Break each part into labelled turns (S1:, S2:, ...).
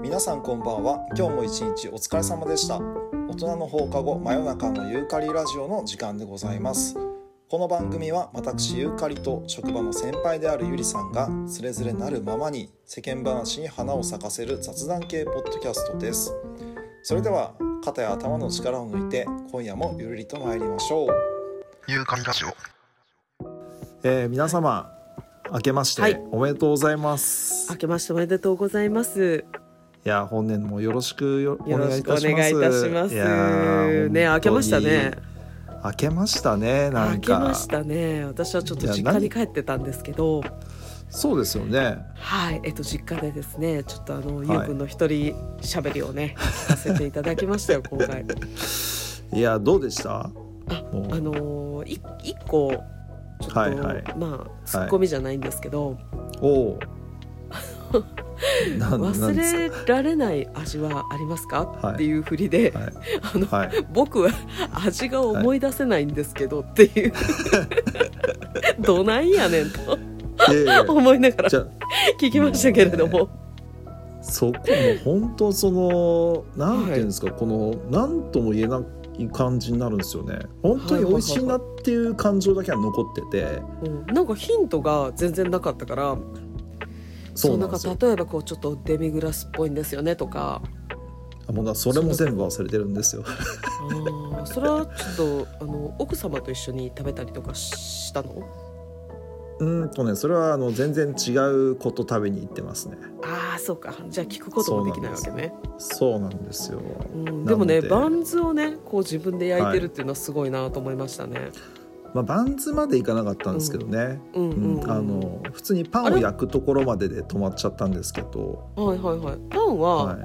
S1: 皆さんこんばんは今日も一日お疲れ様でした大人の放課後真夜中のユーカリラジオの時間でございますこの番組は私ユーカリと職場の先輩であるゆりさんがつれづれなるままに世間話に花を咲かせる雑談系ポッドキャストですそれでは肩や頭の力を抜いて今夜もゆるりと参りましょう
S2: ユーカリラジオ。
S1: えー、皆様明けまして、
S3: はい
S1: おめでとうございます
S3: 明けましておめでとうございます。
S1: いや本年もよろしくよ
S3: よ
S1: お願
S3: ろ
S1: い
S3: し
S1: い
S3: くお
S1: たします
S3: 願いいたします。
S1: いやー
S3: ね、明けました
S1: 本。
S3: ね
S1: 当に明けましたねな
S3: 明
S1: ん
S3: け
S1: か
S3: ましたね。私はちょっと
S1: いや
S3: 実家
S1: 何
S3: に帰ってたんですけど、
S1: そうですよね
S3: はい、えっと実家でですね、ちょっとあの、
S1: い
S3: ゆうくんの一人喋りをね、聞かせていただき ましたよ今回。
S1: いやどうでした
S3: あ、
S1: もう
S3: あのーい一個ちょっと、
S1: はいはい
S3: まあツッコミじゃないんですけど、
S1: おおななんです
S3: 忘れられない味はありますか、
S1: はい
S3: っていう振りで、
S1: かはい
S3: あの
S1: はい
S3: 僕は味が思い出せないんですけどっていうどないやねんと
S1: いやいや
S3: 思いながら
S1: じゃあ
S3: 聞きましたけれども
S1: そこも本当そのなんていうんですか、このなんとも言えない感じになるんですよね本当に美味しいなっていう感情だけは残ってて
S3: うんなんかヒントが全然なかったから
S1: そうな
S3: な
S1: ん
S3: ん
S1: で
S3: か
S1: すよ
S3: 例えばこうちょっとデミグラスっぽいんですよねとか
S1: あもうだそれも全部忘れてるんですよ
S3: あーそれはちょっとあの奥様と一緒に食べたりとかしたの
S1: うーんとねそれはあの全然違うこと食べに行ってますね
S3: あーそうかじゃあ聞くこともできないわけね
S1: そうなんですよ
S3: うんで
S1: なの
S3: もね
S1: で
S3: バンズをねこう自分で焼いてるっていうのはすごいなと思いましたね、
S1: まあ、バンズまでいかなかったんですけどね、
S3: うん
S1: う
S3: うんんうん
S1: あの普通にパンを焼くところまでで止まっちゃったんですけど
S3: はいはいはいパンは、
S1: はい、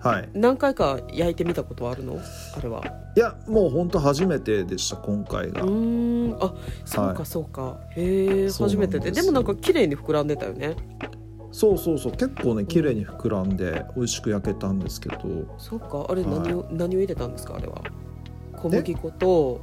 S1: はい、
S3: 何回か焼いてみたことはあるのあれはう
S1: いやもう本当初めてでした今回が、
S3: ーんあそうかそうか、へえ
S1: そうな
S3: 初
S1: ん
S3: めてで
S1: です
S3: で
S1: よ
S3: もなんか綺麗に膨らんでたよね
S1: そうそうそう結構ね綺麗に膨らんで美味しく焼けたんですけど
S3: そうかあれ
S1: はい
S3: 何を、何を入れたんですかあれは小麦粉と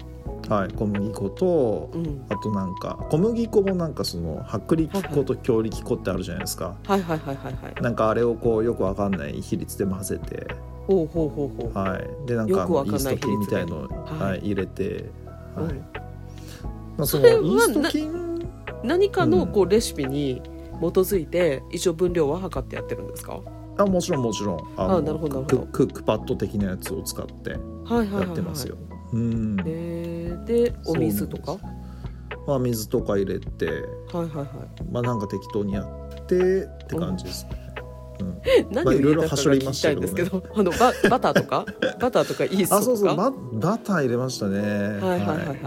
S1: はい小麦粉と
S3: うん
S1: あとなんか小麦粉もなんかその薄力粉と強力粉ってあるじゃないですか
S3: はいはいはいはいはい
S1: なんかあれをこうよくわかんない比率で混ぜて
S3: ほうほうほうほう、
S1: はいでなんかあ
S3: よく
S1: の
S3: わ
S1: イ
S3: かん
S1: ー
S3: ない
S1: スト菌みたいのを、
S3: 比率で
S1: はい入れて、はい
S3: うん
S1: まあ、そ
S3: そ
S1: のイ
S3: れは
S1: ースト菌
S3: 何か
S1: う
S3: の
S1: ん
S3: こうレシピに基づいて一応分量は測ってやってるんですか、
S1: あもちろんもちろんあの
S3: あなるほどなるほど
S1: ククックパッド的なやつを使って
S3: はいはいはい、はい、
S1: やってますよ、うん、
S3: へえでお水とか
S1: そう
S3: は
S1: まあ、水とか入れて
S3: いはいはい
S1: まあなんか適当にやってって感じですね、うん、
S3: 何
S1: まあ
S3: を
S1: いろ
S3: 入
S1: い
S3: れ
S1: ろ
S3: たか
S1: 端
S3: が
S1: 折
S3: 聞
S1: りまし
S3: きた
S1: たけ
S3: い
S1: どね
S3: んですけど、あのババターとかバターとかイーストとか
S1: あそうそうババター入れましたね
S3: はいはいはいはい。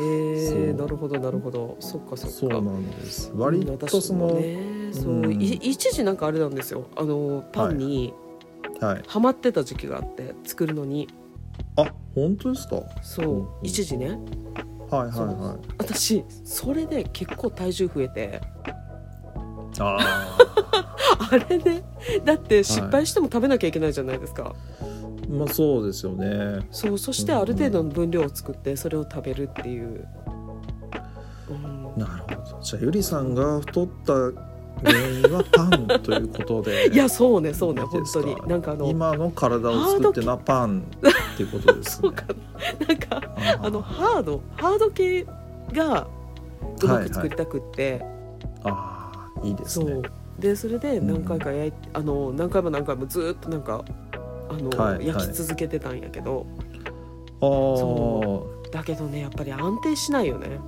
S3: え
S1: そう
S3: えなるほどなるほど。そっかそっか。
S1: そうなんです割
S3: うん
S1: と
S3: 私
S1: そ
S3: も
S1: の、
S3: ね、そう、
S1: うん
S3: い一時なんかあれなんですよ。あのパンに
S1: はい
S3: ハマってた時期があって作るのに、
S1: あ本当ですかは
S3: そう、
S1: うん
S3: 一時ね。
S1: いはい
S3: そう
S1: は
S3: 私それで結構体重増えて、
S1: いあ
S3: あれね、だって失敗しても食べなきゃいけないじゃないですか。
S1: あ まあそうですよね
S3: そうそしてある程度の分量を作ってそれを食べるっていう。うん
S1: なるほどじゃあゆりさんが太った原因はパンということで
S3: いやそうねそうね
S1: いい
S3: 本
S1: です
S3: 当
S1: か
S3: になんかあの
S1: 今の体を作ってるのはパンっていうことです
S3: そ
S1: ね
S3: うかななんか
S1: あー
S3: あのハードハード系がうまく作りたくって、
S1: あーいいです
S3: そ
S1: ね
S3: うでそれで何回か焼いて、あの何回も何回もずーっとなんかあの、
S1: はいはい
S3: 焼き続けてたんやけど
S1: あ
S3: そ
S1: ー
S3: だけどねやっぱり安定しないよね、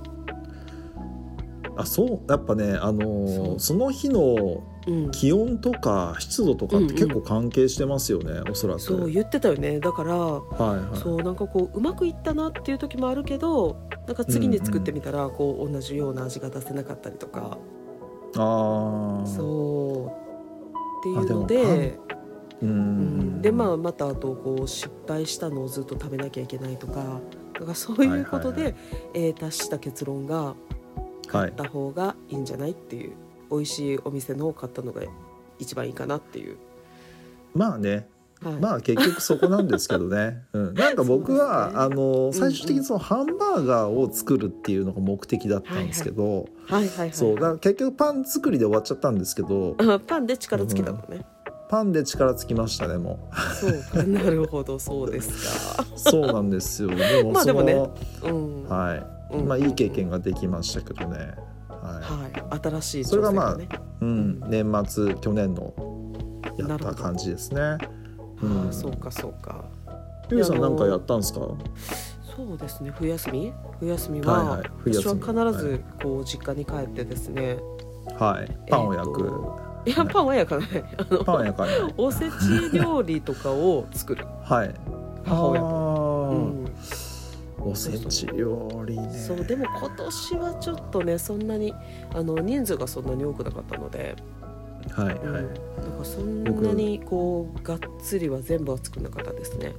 S1: あそうやっぱねあのー
S3: そ
S1: そうの日の
S3: うん、
S1: 気温とか湿度とかって結構関係してますよね、おそらく
S3: そう言ってたよねだから、
S1: はいはい
S3: そうなんかこううまくいったなっていう時もあるけどなんか次に作ってみたら、こう同じような味が出せなかったりとか、
S1: ああ
S3: そうっていうの
S1: あでも
S3: で。
S1: う
S3: うん
S1: ん
S3: でまあまたあとこう失敗したのをずっと食べなきゃいけないとかだからそういうことで、
S1: はい
S3: えー達した結論が
S1: は
S3: 買
S1: い
S3: った方がいいんじゃないっていう、美味しいお店のを買ったのが一番いいかなっていう、
S1: まあね
S3: はい
S1: まあ結局そこなんですけどね、うん、なんか僕は、
S3: そうですね
S1: あの最終的にそのハンバーガーを作るっていうのが目的だったんですけど、
S3: はいはいはい
S1: そうだから結局パン作りで終わっちゃったんですけど
S3: あパンで力つけたのね、
S1: パンで力つきましたねも
S3: そうか なるほどそう ですか。
S1: うそうなんですよでも
S3: まあ
S1: その
S3: でもうん。
S1: はい
S3: うん
S1: まあいい経。験ができましたけどねは
S3: はい。新しい
S1: それがまあ
S3: 挑戦がね
S1: い、うん、年末去年のやった感じですねうん
S3: ああそうかそうか。
S1: ゆうさん
S3: いや
S1: な
S3: あの
S1: んかやったんですか
S3: そうですね冬休み冬休みは、
S1: はいはい冬休み
S3: 私は必ずこう実家に帰ってですね、
S1: はいパンを焼く、
S3: えーといやパンは焼かない あの
S1: パンを焼かない
S3: おせち料理とかを作る
S1: はい
S3: 母親
S1: あ
S3: と、う
S1: ー
S3: ん、
S1: おせち料理ね
S3: そうでも今年はちょっとねそんなにあの人数がそんなに多くなかったので、
S1: はい
S3: うん
S1: はい、
S3: だからそんなにこうがっつりは全部は作んなかったですね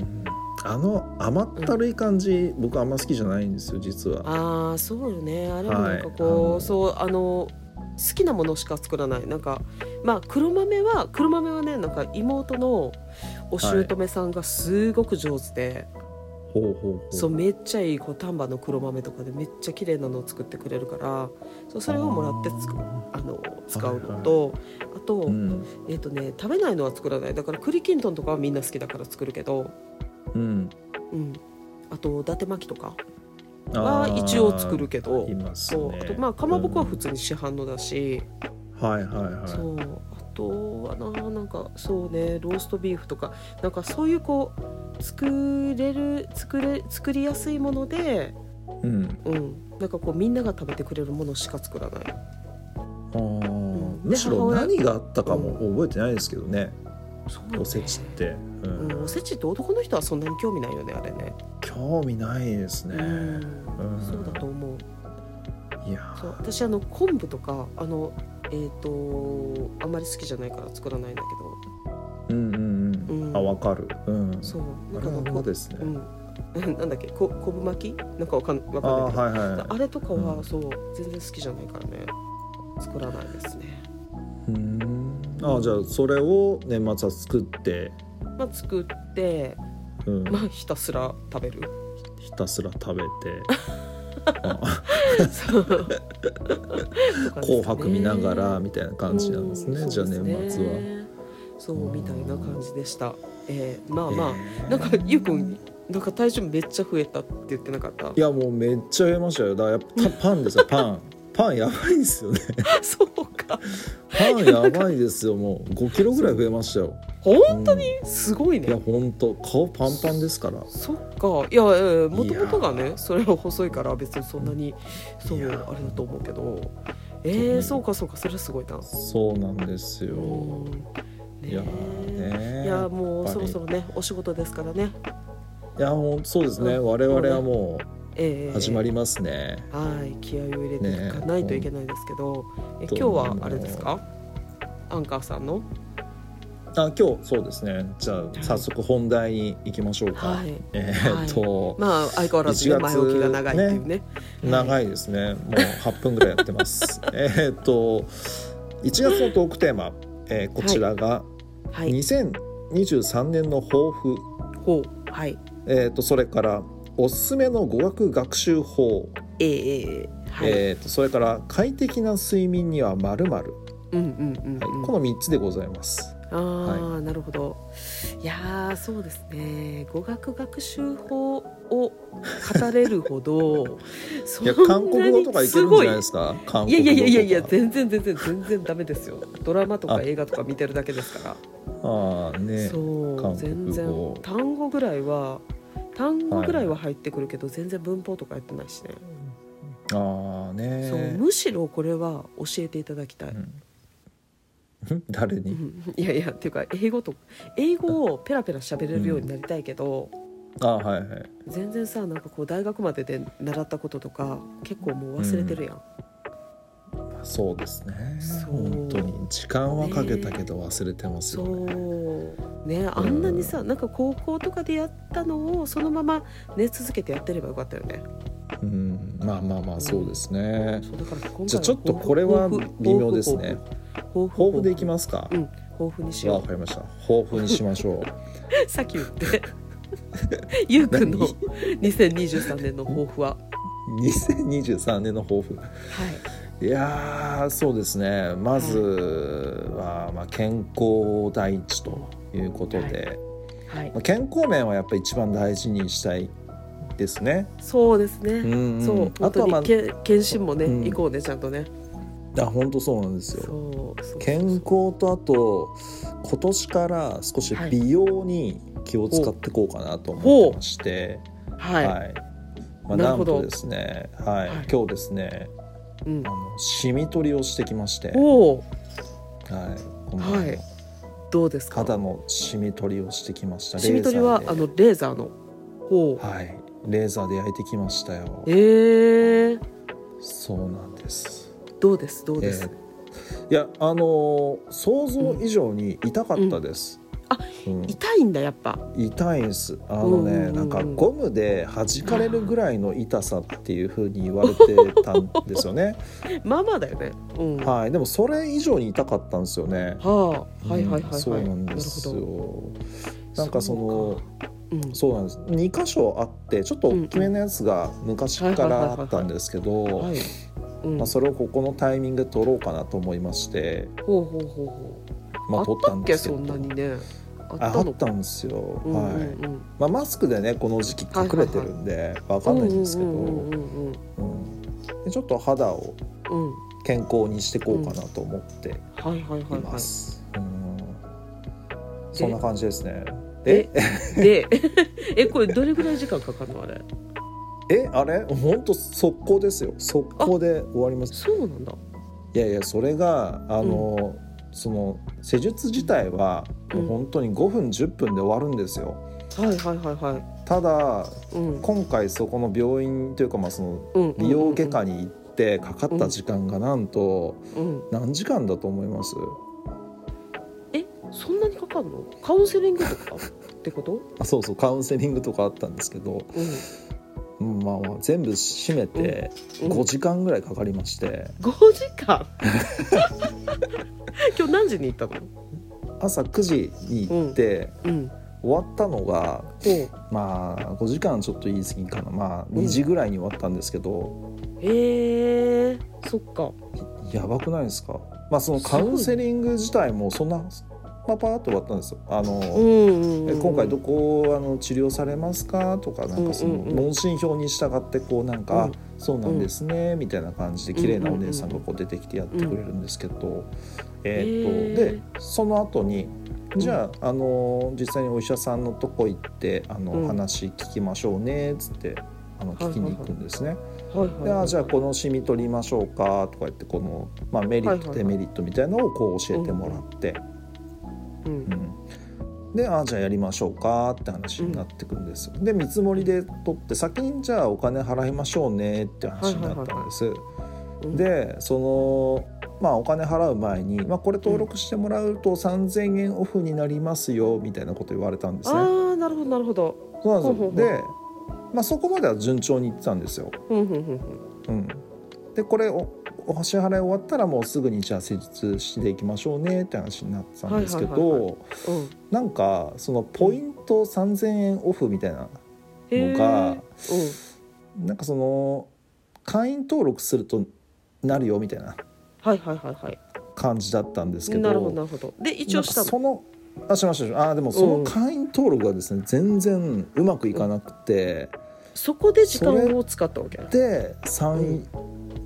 S1: うんあの甘ったるい感じ、僕あんま好きじゃないんですよ実は
S3: ああそうよねあれはなんかこう、
S1: はい
S3: そうあの好きなものしか作らないなんかまあ黒豆は黒豆はねなんか妹のお姑さんがすごく上手で、
S1: ほうほうほう
S3: そうめっちゃいいこう丹波の黒豆とかでめっちゃ綺麗なのを作ってくれるからそうそれをもらってつく
S1: あ
S3: あの使うのと、あと、
S1: ーうん
S3: えっ、とね食べないのは作らないだから栗きんとんとかはみんな好きだから作るけど、
S1: うん
S3: うん、あと伊達巻きとか
S1: あ
S3: は
S1: ー
S3: 一応作るけど
S1: います
S3: そう
S1: ね
S3: あとまあかまぼこは普通に市販のだし、
S1: うんはいはいはい
S3: そうあとはななんかそうねローストビーフとかなんかそういうこう作れる作れ作りやすいもので、
S1: うん
S3: うん、なんかこうみんなが食べてくれるものしか作らない
S1: あー
S3: ん
S1: むし
S3: で母
S1: ろ
S3: 親
S1: 何があったかも覚えてないですけどね、
S3: そうね
S1: おせちって、う
S3: うんん、おせちって男の人はそんなに興味ないよねあれね
S1: 興味ないですね、
S3: うん
S1: うん
S3: そうだと思う
S1: いや
S3: そう私あの昆布とかあのえっ、とあんまり好きじゃないから作らないんだけ
S1: うんうんうん、
S3: うん
S1: あわかるうん
S3: どそう
S1: あ
S3: な
S1: れ
S3: んか
S1: は
S3: こ
S1: 馬
S3: う
S1: ですね、
S3: うん、 なんだっけこ昆布巻きなんかわかんわ
S1: あ
S3: かんない
S1: あ
S3: けどあ,、
S1: はいは
S3: れとかは、
S1: うん
S3: そう全然好きじゃないからね作らないですね、
S1: いうんあじゃあそれを年末は作って、
S3: まあ、作って、
S1: うん、
S3: まあ、ひたすら食べる
S1: ひたすら食べてあ
S3: そうとかですかね
S1: 紅白見ながらみたいな感じなんですね、
S3: うん
S1: じゃあ
S3: そう
S1: 年
S3: です
S1: 末
S3: ね
S1: は。
S3: そうみたいな感じでした、えー、まあまあ、
S1: えー
S3: なんかゆうくんなんか体重めっちゃ増えたって言ってなかった
S1: いやもうめっちゃ増えましたよだからやっぱパンですよパンパンやばいですよね
S3: そうか
S1: パンやばいですよもう5キロぐらい増えましたよ
S3: 本当にすごい
S1: いや
S3: ね
S1: 本当顔パンパンですから
S3: そっかいやもともとがねそれは細いから別にそんなにそう
S1: い
S3: あ
S1: や
S3: れだと思うけどえ
S1: う
S3: ー、
S1: ん
S3: そうかそうかそれはすごいな
S1: そうなんですよ
S3: うんね
S1: いやーね
S3: いやも
S1: やっぱり
S3: うそろそろねお仕事ですからね
S1: いやほんそうですね
S3: うん
S1: 我々はも
S3: え
S1: う
S3: ー、
S1: 始まりますね、
S3: はい気合を入れていかないといけないですけど、え
S1: ほんと
S3: 今日はあれですかアンカーさんの
S1: あ今日そうですねじゃあ早速本題に行きましょうか、
S3: はい
S1: えーっと、
S3: まあ相変わらずね
S1: 1月
S3: 前置きが長いっていうね
S1: 長いですね、もう8分ぐらいやってます えーっと1月のトークテーマ、えーこちらが、
S3: はい
S1: 2023年の抱負、
S3: ほうはい
S1: えー、とそれからおすすめの語学学習法、
S3: えーえーはい、
S1: えー、とそれから快適な睡眠にはまるまる
S3: うんうんうん、うん
S1: この3つでございます。
S3: ああ、なるほどいやーそうですね語学学習法を語れるほど そ
S1: いや韓国語とかいけるんじゃないですすか韓
S3: ごいい
S1: 国
S3: や
S1: 語と
S3: い
S1: か
S3: やいやいやいや全然全然全然ダメですよドラマと
S1: あ
S3: か映画とか見てるだけですから
S1: ああね
S3: そう
S1: 韓
S3: 全
S1: 国
S3: 然
S1: 語
S3: 単語ぐらいは単語ぐらいは入ってくるけど、全然文法とかやってないしね、
S1: ああ
S3: そう
S1: ね
S3: むしろこれは教えていただきたい、
S1: うん誰
S3: う
S1: に
S3: ん いやいやっていうか英語と英語をペラペラ喋れるようになりたいけど、
S1: ああはいはい
S3: 全然さなんかこう大学までで習ったこととか結構もう忘れてるやん、
S1: そうですね
S3: そう
S1: 本当に時間はかけたけど忘れてますよね
S3: そうねあんなにさ、なんか高校とかでやったのをそのままね続けてやってればよかったよね
S1: うんまあまあまあそうですね
S3: そうだから今回
S1: じゃあちょっとこれは微妙ですね
S3: 豊富
S1: 抱負でいきますか
S3: うん豊富にし
S1: わ
S3: よ
S1: かりました抱負にしましょう
S3: うさっき言って ゆうくんの2023年の抱負はは
S1: 2023年の抱負いやーそうですねまずは、まあ、健康を第一ということで、
S3: はい
S1: まあ、健康面はやっぱり一番大事にしたいですね。
S3: そうですね、
S1: んん
S3: そう
S1: あと
S3: 本当
S1: は、
S3: に、
S1: ま
S3: け検診もね、
S1: うん
S3: 行こうねちゃんとね
S1: あ、あ本当そうなんです
S3: そう
S1: よ。
S3: そうそう
S1: 健康とあと今年から少し
S3: はい
S1: 美容に気を使っていこうかなと思ってまして、
S3: はい、
S1: はいまあ、
S3: な
S1: な
S3: る
S1: ん
S3: ほど
S1: とですね、はい
S3: はい
S1: 今日ですね
S3: うん
S1: あ、のシミ取りをしてきまして、はい、
S3: おお
S1: この前の
S3: はいどうですか
S1: 肌のシミ取りをしてきました
S3: シミ取りは
S1: レーザ
S3: あ
S1: ーで
S3: のレーザーのほう
S1: はいレーザーで焼いてきましたよ
S3: えー、
S1: そうなんです
S3: どうですどうです、
S1: いやあのー想像以上に痛かったです、うん
S3: 痛いんだやっぱ
S1: 痛いんですあのね、
S3: うんうんうん
S1: なんかゴムで弾かれるぐらいの痛さっていう風に言われてたんですよ ね
S3: まあまあだよねうんは
S1: はいでもそれ以上に痛かったんですよね
S3: あはいはいはいはい、
S1: そうなんです
S3: るほ
S1: よなんかその
S3: どうん
S1: そうなんです2箇所あってちょっと大きめのやつが昔からあったんですけど
S3: はい、うん、
S1: まあそれをここのタイミングで取ろうかなと思いまして、
S3: ほうほうほうほう、
S1: まあ、取った
S3: あっ
S1: ん
S3: たっ
S1: で
S3: け
S1: すけ
S3: そ
S1: ど
S3: んなにねあっ
S1: あ
S3: た
S1: あ
S3: の
S1: ったんですよ、
S3: うんうん
S1: はい
S3: うん
S1: まあ、マスクでねこの時期隠れてるんでわかんないんですけど、
S3: う
S1: うん
S3: うんうん
S1: でちょっと肌を
S3: うんうんうん
S1: 健康にしていこうかなと思って
S3: はいはい
S1: い
S3: はいは
S1: ます、うんそんな感じですねえ
S3: えいでえこれどれぐらい時間かかるのあれ
S1: えあれ本当速攻ですよ速攻で終わります
S3: そうなんだ
S1: いやいやそれがあの、その施術自体は
S3: うん
S1: もう本当に5分10分で終わるんですよ。
S3: はいはいはいは
S1: ただ
S3: いうん
S1: 今回そこの病院というかまあその
S3: うん
S1: 美容外科に行ってかかった時間がなんと
S3: うん
S1: 何時間だと思います
S3: えそんなにかかるのカウンセリングとかってこと
S1: あそうそうカウンセリングとかあったんですけど、
S3: う
S1: うんまあ、まあ全部閉めて
S3: ん、うん
S1: 5、時間ぐらいかかりまして
S3: 5時間 今日何時に行ったの
S1: 朝9時に行って
S3: うん
S1: 終わったのが
S3: ほう
S1: まあ5時間ちょっと言い過ぎかなまあ2時ぐらいに終わったんですけど。
S3: へえー、そっか
S1: やばくないですか、まあ、そのカウンセリング自体もそんなパパーっと終わったんですよ。あの
S3: うんうん、う
S1: え
S3: ん、
S1: 今回どこをあの治療されますかとかなんかその
S3: うんうんうん
S1: 問診票に従ってこうなんか、
S3: う
S1: あ
S3: ん
S1: そうなんですねみたいな感じで綺麗なお姉さんがこう出てきてやってくれるんですけど、えーっと
S3: へ
S1: でその後に
S3: うん
S1: じゃああの実際にお医者さんのとこ行ってあの、
S3: うん
S1: 話聞きましょうねっつってあの聞きに行くんですね。
S3: はいはい
S1: で
S3: は
S1: あ
S3: い
S1: じゃあこのシミ取りましょうかとか言ってこの、まあ、メリット
S3: はいはい
S1: デ
S3: は
S1: メリットみたいのをこう教えてもらって、
S3: うん
S1: うんであじゃあやりましょうかって話になってくんですよ。で見積もりで取って先にじゃあお金払いましょうねって話になったんです。
S3: うん
S1: でそのまあお金払う前に、まあ、これ登録してもらうと3,000円オフになりますよみたいなこと言われたんですね。
S3: ああなるほどなるほど
S1: そうなんです
S3: ほうほうほ
S1: よ
S3: う
S1: で、まあ、そこまでは順調にいってたんですよ。
S3: ふんふんふん
S1: う
S3: ふん
S1: ん、でこれおお支払い終わったらもうすぐにじゃあ施術していきましょうねって話になってたんですけど、
S3: はいはいはいうん
S1: なんかそのポイント3,000円オフみたいな
S3: へー
S1: のがなんかその会員登録するとなるよみたいな
S3: うん、はいはいはいはい
S1: 感じだったんですけど
S3: なるほどなるほどで一応した
S1: なんかそ
S3: の
S1: のあしましたしましたあでもその会員登録がですね全然うまくいかなくて、
S3: そこで時間を使ったわけ
S1: で3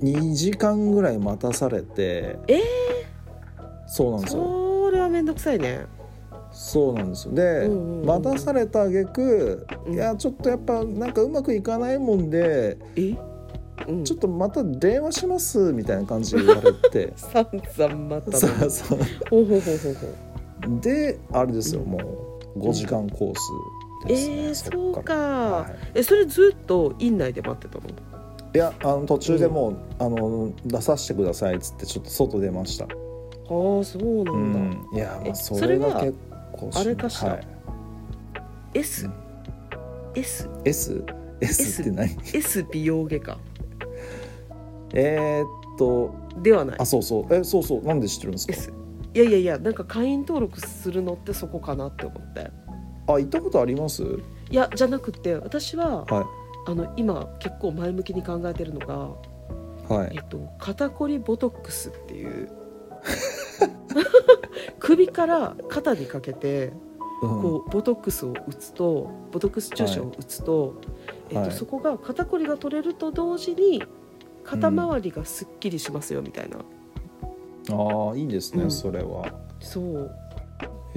S1: 2時間ぐらい待たされて
S3: えー
S1: そうなんですよ
S3: それはめんどくさいね
S1: そうなんですよで、
S3: うんうんうん
S1: 待たされた挙句、
S3: うん
S1: いやちょっとやっぱなんかうまくいかないもんで
S3: え、うん、
S1: ちょ
S3: っ
S1: っとまた電話しますみたいな感じで言われ て
S3: とさんざんまたの
S1: そうそう
S3: ほうほうほうほうほう
S1: であれですよもう5時間コース ですね、
S3: えー
S1: っ
S3: そうから
S1: はい、
S3: えそれずっと院内で待ってたの
S1: いやあの途中でもう、あの出させてくださいっつってちょっと外出ました、
S3: ああそうな
S1: うん
S3: だ、
S1: ん、いやまあ
S3: え
S1: それが
S3: それは
S1: 結構
S3: あれかしら
S1: はい
S3: S
S1: うん
S3: S
S1: S? S って何
S3: S 美容外科
S1: えーっと
S3: ではない
S1: あそうそうえそうそうなんで知ってるんですか
S3: S いやいやいやなんか会員登録するのってそこかなって思って
S1: あ行ったことあります？はい
S3: やじゃなくて私はあの今結構前向きに考えてるのが
S1: はい
S3: えっと、肩こりボトックスっていう 首から肩にかけて
S1: うん
S3: こうボトックスを打つとボトックス注射を打つと、えっ
S1: は
S3: と、
S1: い
S3: そこが肩こりが取れると同時に肩周りがすっきりしますよみたいな、
S1: ああいいですね、
S3: うん
S1: それは
S3: そう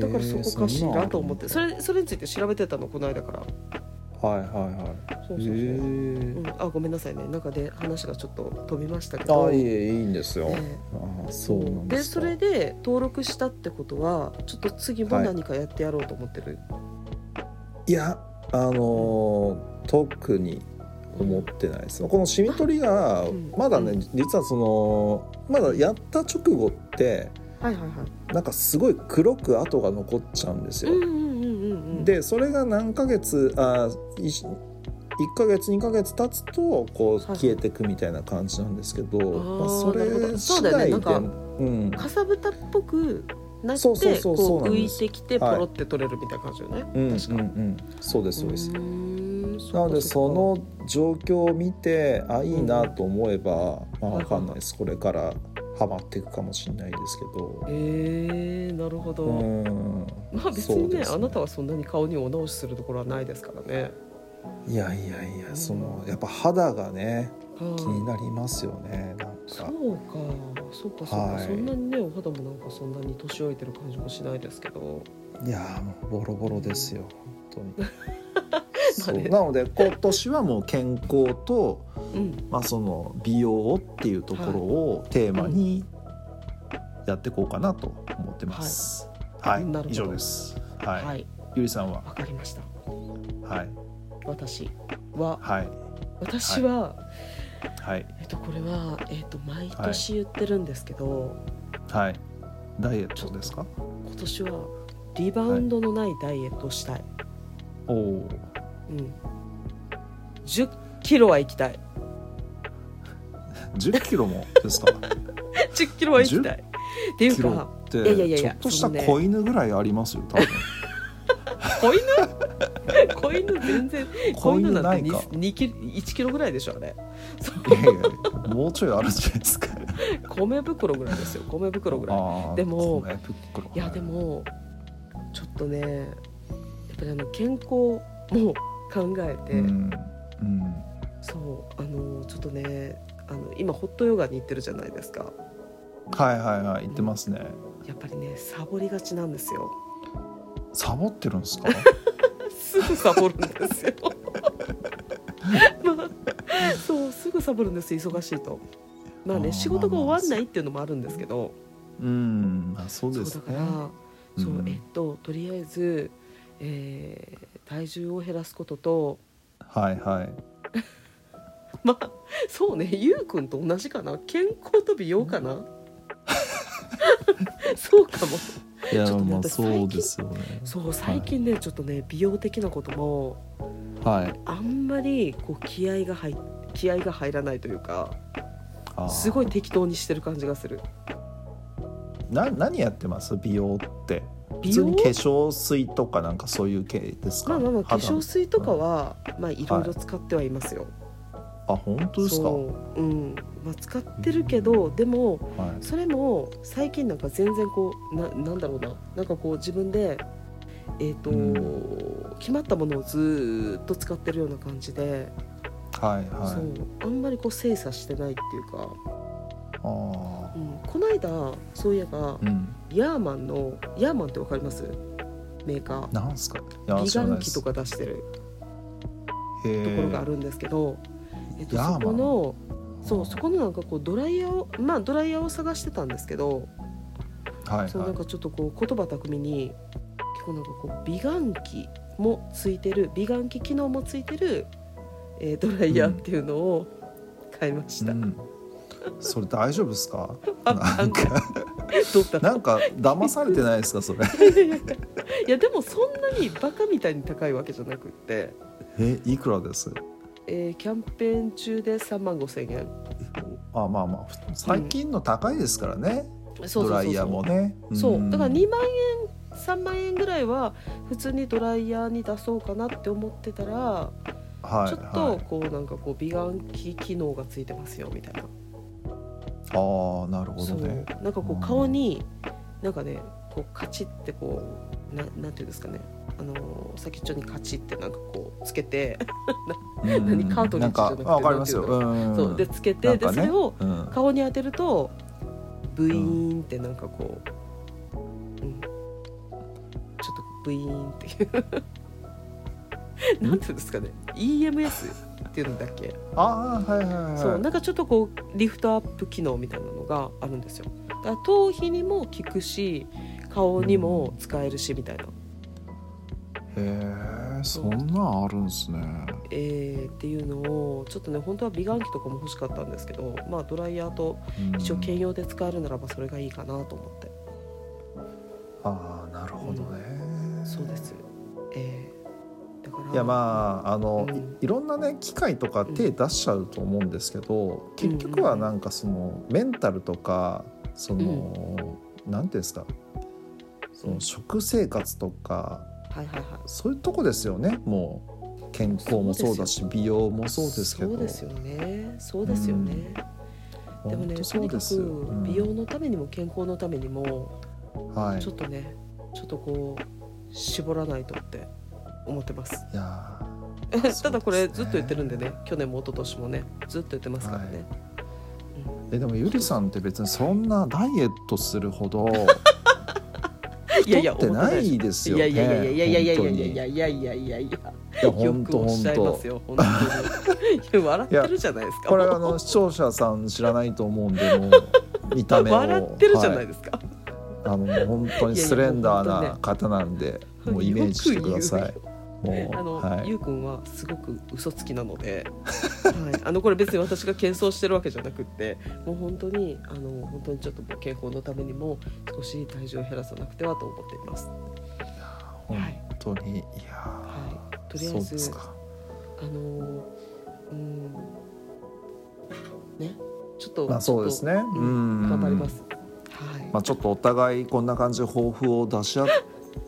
S3: だからそこかしらと思ってそれそれについて調べてたのこの間から
S1: てはいはいはい
S3: そうそうそう、
S1: へ
S3: う
S1: え
S3: ん、あごめんなさいね中で話がちょっと飛びましたけ
S1: あ
S3: ど
S1: あいいえいいんですよ、
S3: ね
S1: ああそうなんです
S3: そ
S1: か
S3: れで登録したってことはちょっと次も
S1: はい
S3: 何かやってやろうと思ってる、
S1: いやあのー特に思ってないですこのシミ取りが
S3: うん
S1: まだね、
S3: うん
S1: 実はそのまだやった直後って
S3: はい、はいはい
S1: なんかすごい黒く跡が残っちゃうんですよ。
S3: うんうんうんうんうん
S1: でそれが何ヶ月あい1ヶ月2ヶ月経つとこう
S3: はい
S1: 消えてくみたいな感じなんですけど、
S3: あー
S1: まあ、そ
S3: なるほど
S1: れ
S3: そう
S1: 次
S3: だよね
S1: 第で
S3: なんか
S1: うん
S3: かさぶたっぽくなって
S1: そうそうそうそう
S3: こう
S1: なん
S3: 浮
S1: で
S3: い
S1: す
S3: てきてポロって取れるみたいな感じよね、
S1: うんうん
S3: 確か
S1: うんそうですそうです。
S3: ーん
S1: なのでそ
S3: そ
S1: の状況を見てあいいなと思えば、まあ、
S3: はいは
S1: わ
S3: い
S1: かんないですこれからハマっていくかもしれないですけど
S3: っかそっかえー、なるほど、
S1: うん
S3: まあ別
S1: そ
S3: に
S1: う
S3: ね
S1: です
S3: あなたはそんなに顔にお直しするところはないですからね
S1: いやいやいやそのやっぱ肌がね
S3: はい
S1: 気になりますよねなん
S3: そ
S1: か
S3: うかそうかそうか、
S1: はい
S3: そんなにねお肌もなんかそんなに年老いてる感じもしないですけど
S1: いやーもうボロボロですよ本 当にそう
S3: まあね
S1: なので今年はもう健康と、
S3: うん
S1: まあ、その美容っていうところをテーマにやっていこうかなと思ってます。はい、
S3: なるほど
S1: 以上です。はい、
S3: はい
S1: ゆりさんは
S3: わ、かりました
S1: はい、
S3: 私は
S1: はい、
S3: 私は、
S1: はい、
S3: えっとこれはえっと毎年言ってるんですけど、
S1: はい、ダイエットですか。
S3: 今年はリバウンドのないダイエットをしたい、
S1: おおー、
S3: うん10キロは行きたい
S1: 十キロもです か。
S3: 10キロは行きたいっていう
S1: キロ
S3: か
S1: って、
S3: いやいやいやい
S1: ちょ
S3: や
S1: っとした
S3: そのね
S1: 子犬ぐらいありますよ。多分
S3: 子犬子犬全 然 子
S1: 子
S3: 犬
S1: 犬
S3: な
S1: なんい
S3: て
S1: か。
S3: 2 2キロ1キロぐらいでしょあれ
S1: いやいやい や、もうちょいあるんじゃないですか。
S3: 米袋ぐらいですよ米袋ぐらい
S1: あー
S3: でも
S1: 米袋
S3: いやでもちょっとねやっぱりあの健康も考えて、
S1: うん、うん、
S3: そうあのちょっとねあの今ホットヨガに行ってるじゃないですか
S1: はいはいはい言ってますね
S3: やっぱりねサボりがちなんですよ
S1: サボってるんですか
S3: すぐサボるんですよまあそうすぐサボるんです忙しいとまあ
S1: あ
S3: ね
S1: ー
S3: 仕事が終わんないっていうのもあるんですけど
S1: うんまあそうです
S3: そうだ
S1: ね
S3: から、そう
S1: うん
S3: えっととりあえず、えー体重を減らすことと
S1: はいはい
S3: まあそうねゆうくんと同じかな健康と美容かな そうかも
S1: いや
S3: ちょっとね
S1: まあ
S3: 私
S1: そうですよね
S3: そう最近ね、ちょっとね美容的なことも
S1: はい
S3: あんまりこう気合が入っ気合が入らないというか
S1: あー
S3: すごい適当にしてる感じがする
S1: な何やってます美容って普
S3: 美
S1: 通
S3: 容
S1: に化粧水とかなんかそういう系ですか
S3: まあまあまあ化
S1: 肌の
S3: 粧水とかはまあいろいろ使ってはいますよ、
S1: あ本当ですかは
S3: そううん、まあ、使ってるけどでも
S1: い
S3: それも最近なんか全然こうななんだろうななんかこう自分で、えーと
S1: う
S3: 決まったものをずーっと使ってるような感じで、
S1: はい
S3: そう
S1: はい
S3: あんまりこう精査してないっていうか、
S1: あ
S3: うん、この間そういえば
S1: あうん
S3: ヤーマンのヤーマンってわかりますメーカー
S1: なんすかいや
S3: 美
S1: 知らない
S3: 顔
S1: で
S3: 器
S1: す
S3: とか出してる
S1: へ
S3: ところがあ
S1: ー
S3: るんですけど、えっと、
S1: ヤーマ
S3: そ
S1: ン
S3: このそうそこのなんかこうドライヤーをまあドライヤーを探してたんですけど、
S1: はい
S3: そうなん
S1: は
S3: かちょっとこう言葉巧みに結構なんかこう美顔器もついてる美顔器機能もついてる、えードライヤーっていうのを買いまし
S1: い
S3: た、
S1: うんそれ大丈夫ですか
S3: あ
S1: な
S3: なん
S1: ん
S3: か
S1: か
S3: どうだった
S1: なんか騙されてないですかそれ
S3: いやでもそんなにバカみたいに高いわけじゃなくって、
S1: えいくらです
S3: えーキャンペーン中で3万5千円
S1: あまあまあ最近の高いですからね、
S3: そうそうそうそう
S1: ドライヤーもね
S3: そうだから
S1: に
S3: 2万円3万円ぐらいは普通にドライヤーに出そうかなって思ってたら
S1: はい
S3: ちょっとこうなんかこう美顔器機能がついてますよみたいな
S1: ああなるほ
S3: そ
S1: ど
S3: う
S1: ね
S3: なんかこ
S1: うん
S3: う顔になんかねこうカチッてこうななんていうんですかねあのー先っちょにカチッてなんかこうつけて、
S1: うん
S3: 何カートリッジじゃなくて
S1: んかあわかりますようん
S3: そうでつけて、
S1: なん
S3: で
S1: かね
S3: それを
S1: うん
S3: 顔に当てるとブイーンってなんかこう、うん、ちょっとブイーンっていうなんていうんですかね EMS っていうのだっけ
S1: ああはいはいはい
S3: そうなんかちょっとこうリフトアップ機能みたいなのがあるんですよだから頭皮にも効くし顔にも使えるしみたいな、
S1: へえそんなんあるんすね
S3: えーっていうのをちょっとね本当は美顔器とかも欲しかったんですけどまあドライヤーと
S1: うん
S3: 一応兼用で使えるならばそれがいいかなと思って、
S1: ああなるほどね
S3: そうですえーだから
S1: いやまああの、
S3: うん
S1: いいろんなね機械とか手出しちゃうと思うんですけど、結局はなんかそのメンタルとかその、なんていうんですかその食生活とか
S3: はいはいはい
S1: そういうとこですよねもう健康もそうだし美容もそうですけど
S3: そうですよねそうですよね、でも
S1: 本
S3: ね
S1: 当
S3: と
S1: そう
S3: にか
S1: ですよ、
S3: く
S1: うん
S3: 美容のためにも健康のためにも
S1: はい
S3: ちょっとねちょっとこう絞らないとって思ってます
S1: いやすね
S3: ただこれずっと言ってるんでね去年も一昨年もねずっと言ってますからね、
S1: ーえでもゆりさんって別にそんなダイエットするほ ど
S3: いやいや
S1: 太ってな
S3: 思ってないでし
S1: いですよ
S3: いや
S1: ね
S3: いやいやいやいやいや
S1: 本当
S3: い
S1: に
S3: やいやいやいやいやいやい
S1: いや
S3: やよ
S1: 本
S3: く
S1: 当
S3: おっ
S1: 本
S3: しゃい
S1: 当
S3: ますよ本当にいや笑ってるじゃないですか
S1: これ
S3: もう
S1: あの視聴者さん知らないと思うんでもう 見た目を
S3: 笑ってるじゃな
S1: はい
S3: ですか、
S1: あのもう本当にスレンダーな方なんでもうイメージしてくださ
S3: よ
S1: い
S3: く言う
S1: もう
S3: あの、
S1: はい
S3: ゆうくんはすごく嘘つきなの で、はい、あのこれ別に私が謙遜してるわけじゃなくってもう本当にあの本当にちょっともう健康のためにも少し体重を減らさなくてはと思っています。はい
S1: 本当にいや
S3: はい、と
S1: ー
S3: り
S1: そ
S3: あえ
S1: うです
S3: ず
S1: か
S3: あのーうんねちょっと、
S1: まあそうですね
S3: ちょっとうん
S1: うん
S3: 頑張ります。はい、
S1: まあちょっとお互いこんな感じで抱負を出し合っ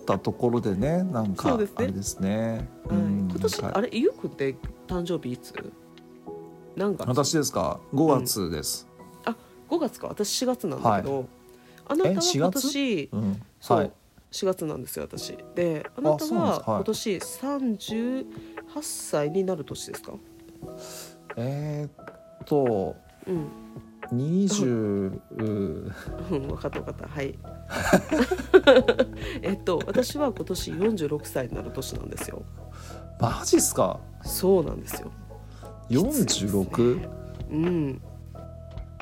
S1: たところでねなん
S3: そ
S1: か
S3: うですね
S1: あれですねう
S3: はい、
S1: ん
S3: 今年
S1: なん
S3: あ
S1: か
S3: れゆうくんって誕生日いつ？何月？
S1: 私ですか5月です
S3: 5月か私4月なんだけど、あな
S1: え
S3: たは
S1: 4
S3: 今
S1: 月
S3: 年
S1: うん
S3: そう、
S1: はい
S3: 4月なんですよ私であなた
S1: そうなんで
S3: は
S1: すはい
S3: 今年38歳になる年ですか
S1: えーっと
S3: うん、
S1: 20
S3: うん、分かった分かったはい えっと私は今年46歳になる年なんですよ
S1: マジっすか
S3: そうなんですよきつい
S1: 46?
S3: ですねうん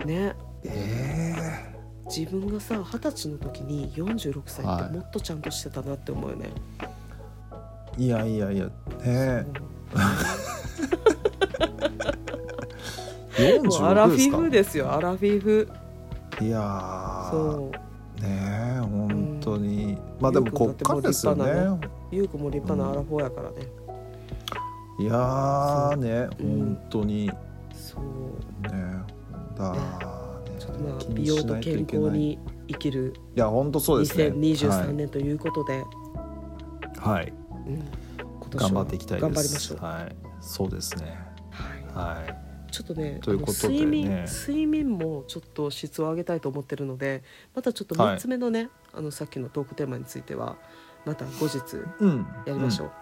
S3: ね
S1: え
S3: 自分がさ二十歳の時に46歳
S1: は
S3: っ
S1: い
S3: てもっとちゃんとしてたなって思うよね、
S1: えいやいやいやねえ
S3: うんもうアラ
S1: 46
S3: フ
S1: です
S3: ィ
S1: か
S3: フですよアラフィフ
S1: いやー
S3: そう
S1: ねえ本当に、まあでも
S3: ゆうくん
S1: こっ
S3: だって
S1: か
S3: もう
S1: らですよ
S3: 立派
S1: ね
S3: ゆうくんも立派なアラフォーやからね、
S1: いやーね
S3: そううん
S1: 本当にね
S3: そう
S1: だ
S3: ちょっとまあ
S1: 気
S3: 美
S1: に
S3: 容
S1: し
S3: と
S1: ないとい
S3: 健
S1: け
S3: 康
S1: ないい
S3: に生きる
S1: や本当そうですね
S3: 2023年ということで、
S1: はい、はい、
S3: うん今年は
S1: 頑張っていきたいです
S3: 頑張りましょう、
S1: はいそうですね
S3: は
S1: はい
S3: い、ちょっとね
S1: ということでね
S3: あの睡眠睡眠もちょっと質を上げたいと思ってるのでまたちょっと3つ目のね、あのさっきのトークテーマについてはまた後日
S1: うん
S3: やりましょ
S1: う
S3: う、
S1: ん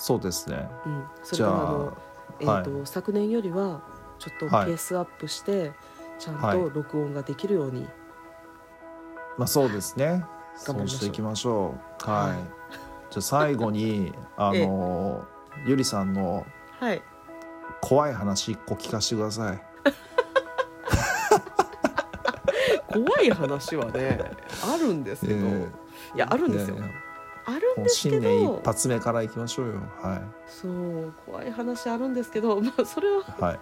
S1: そうですね
S3: うんそれ
S1: じ
S3: か
S1: ゃ
S3: らあ
S1: あ
S3: の、え
S1: はい
S3: ーと昨年よりはちょっとペ
S1: はい
S3: ースアップして、ちゃん
S1: はい
S3: と録音ができるように、
S1: まあそうですね。そ
S3: 頑張りましょう
S1: うしていきましょう。
S3: はい
S1: はい。じゃあ最後にあ
S3: ええ
S1: のゆりさんの
S3: はい
S1: 怖い話一個聞かせてください。
S3: 怖い話はねあるんですけど、
S1: え
S3: いやあるんですよ、
S1: ね
S3: あるん
S1: も
S3: で
S1: う
S3: すけ
S1: 新年
S3: ど
S1: 一発目からいきましょうよ。は
S3: そう怖い話あるんですけど、ま あ、それはい
S1: はい。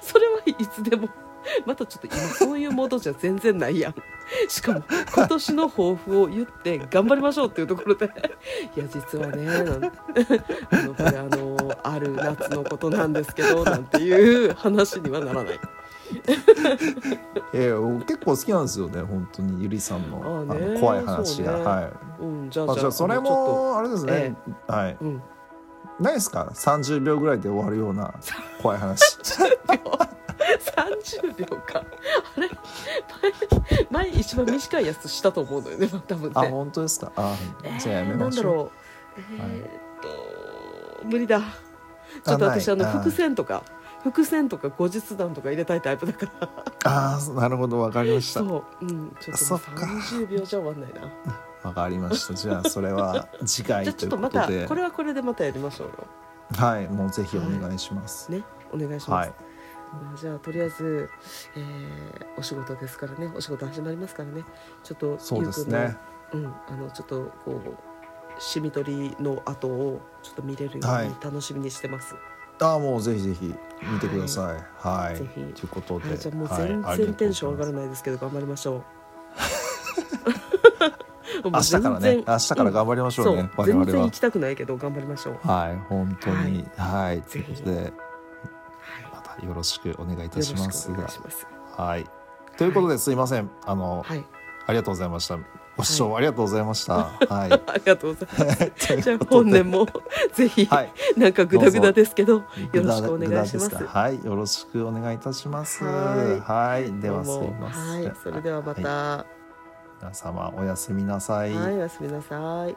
S3: それはいつでも またちょっと今そういうモードじゃ全然ないやん しかも今年の抱負を言って頑張りましょうっていうところで いや実はねなん あのこれあのある夏のことなんですけどなんていう話にはならない
S1: ええ結構好きなんですよね本当にゆりさんの
S3: ああね
S1: の怖い話が、
S3: そうね
S1: はい。
S3: うんじゃあ
S1: まあ、
S3: じ
S1: じゃ
S3: ゃあ
S1: あそれ
S3: あのちょ
S1: もあれですね、はい
S3: っとうん
S1: ないですか30秒ぐらいで終わるような怖い話
S3: 30秒30秒かあれ 前前一番短いやつしたと思うのよね多分
S1: あ
S3: ね
S1: 本当ですかあ
S3: え
S1: じゃあやめ
S3: ー、な
S1: ま
S3: ん
S1: し
S3: だ
S1: ょう
S3: ろうえ
S1: はい
S3: ーっと、無理だちょっと私
S1: あ
S3: あ
S1: ない
S3: の
S1: あー
S3: 伏線とか伏線とか後日談とか入れたいタイプだから
S1: ああなるほどわかりました
S3: そう、うん、ちょっと
S1: そっか
S3: 30秒じゃ終わんないな
S1: わかりましたじゃあそれは次
S3: じゃ
S1: 回
S3: あち
S1: と
S3: ょ
S1: い
S3: っ
S1: う
S3: と
S1: こ
S3: ま
S1: と
S3: た
S1: で
S3: これはこれでまたやりましょうよ
S1: はいもうぜひお願いします
S3: ねお願いしま
S1: は
S3: す
S1: い、
S3: まあじゃあとりあえず、えーお仕事ですからねお仕事始まりますからねちょっと
S1: そうですね
S3: ゆうくんのうん、あのちょっとこうしみ取りの後をちょっと見れるよ
S1: は
S3: う
S1: い
S3: に楽しみにしてます、
S1: ああもうぜひぜひ見てくださいはい、
S3: ぜひ
S1: ということで、
S3: はい、じゃあもう
S1: はい
S3: 全
S1: ありがとうご
S3: 然
S1: ざ
S3: テ
S1: います
S3: ンション上がらないですけど頑張り ましょ
S1: 明日から
S3: うもう全
S1: ね
S3: 然
S1: 明日から頑張りましょうね、
S3: そう
S1: 我々
S3: 全然
S1: は
S3: 行きたくないけど頑張りましょう
S1: はい本当にはい、ということで
S3: はい
S1: またよろしくお願いいた
S3: よろ
S1: し
S3: しくお
S1: ます
S3: 願いします
S1: はいということですいませんあの、
S3: はい
S1: ありがとうございましたご視聴ありがとうございました はい、
S3: ありがとうございます
S1: ということで
S3: じゃあ本年もぜひ、
S1: はい
S3: なんかグダグダですけどよろしくお願
S1: グダ
S3: いします
S1: グダですかはいよろしくお願いいたしますは
S3: はい
S1: ではす
S3: どう
S1: い
S3: も
S1: ません
S3: はいそれではまた
S1: い皆様おやすみなさ
S3: はい、おやすみなさい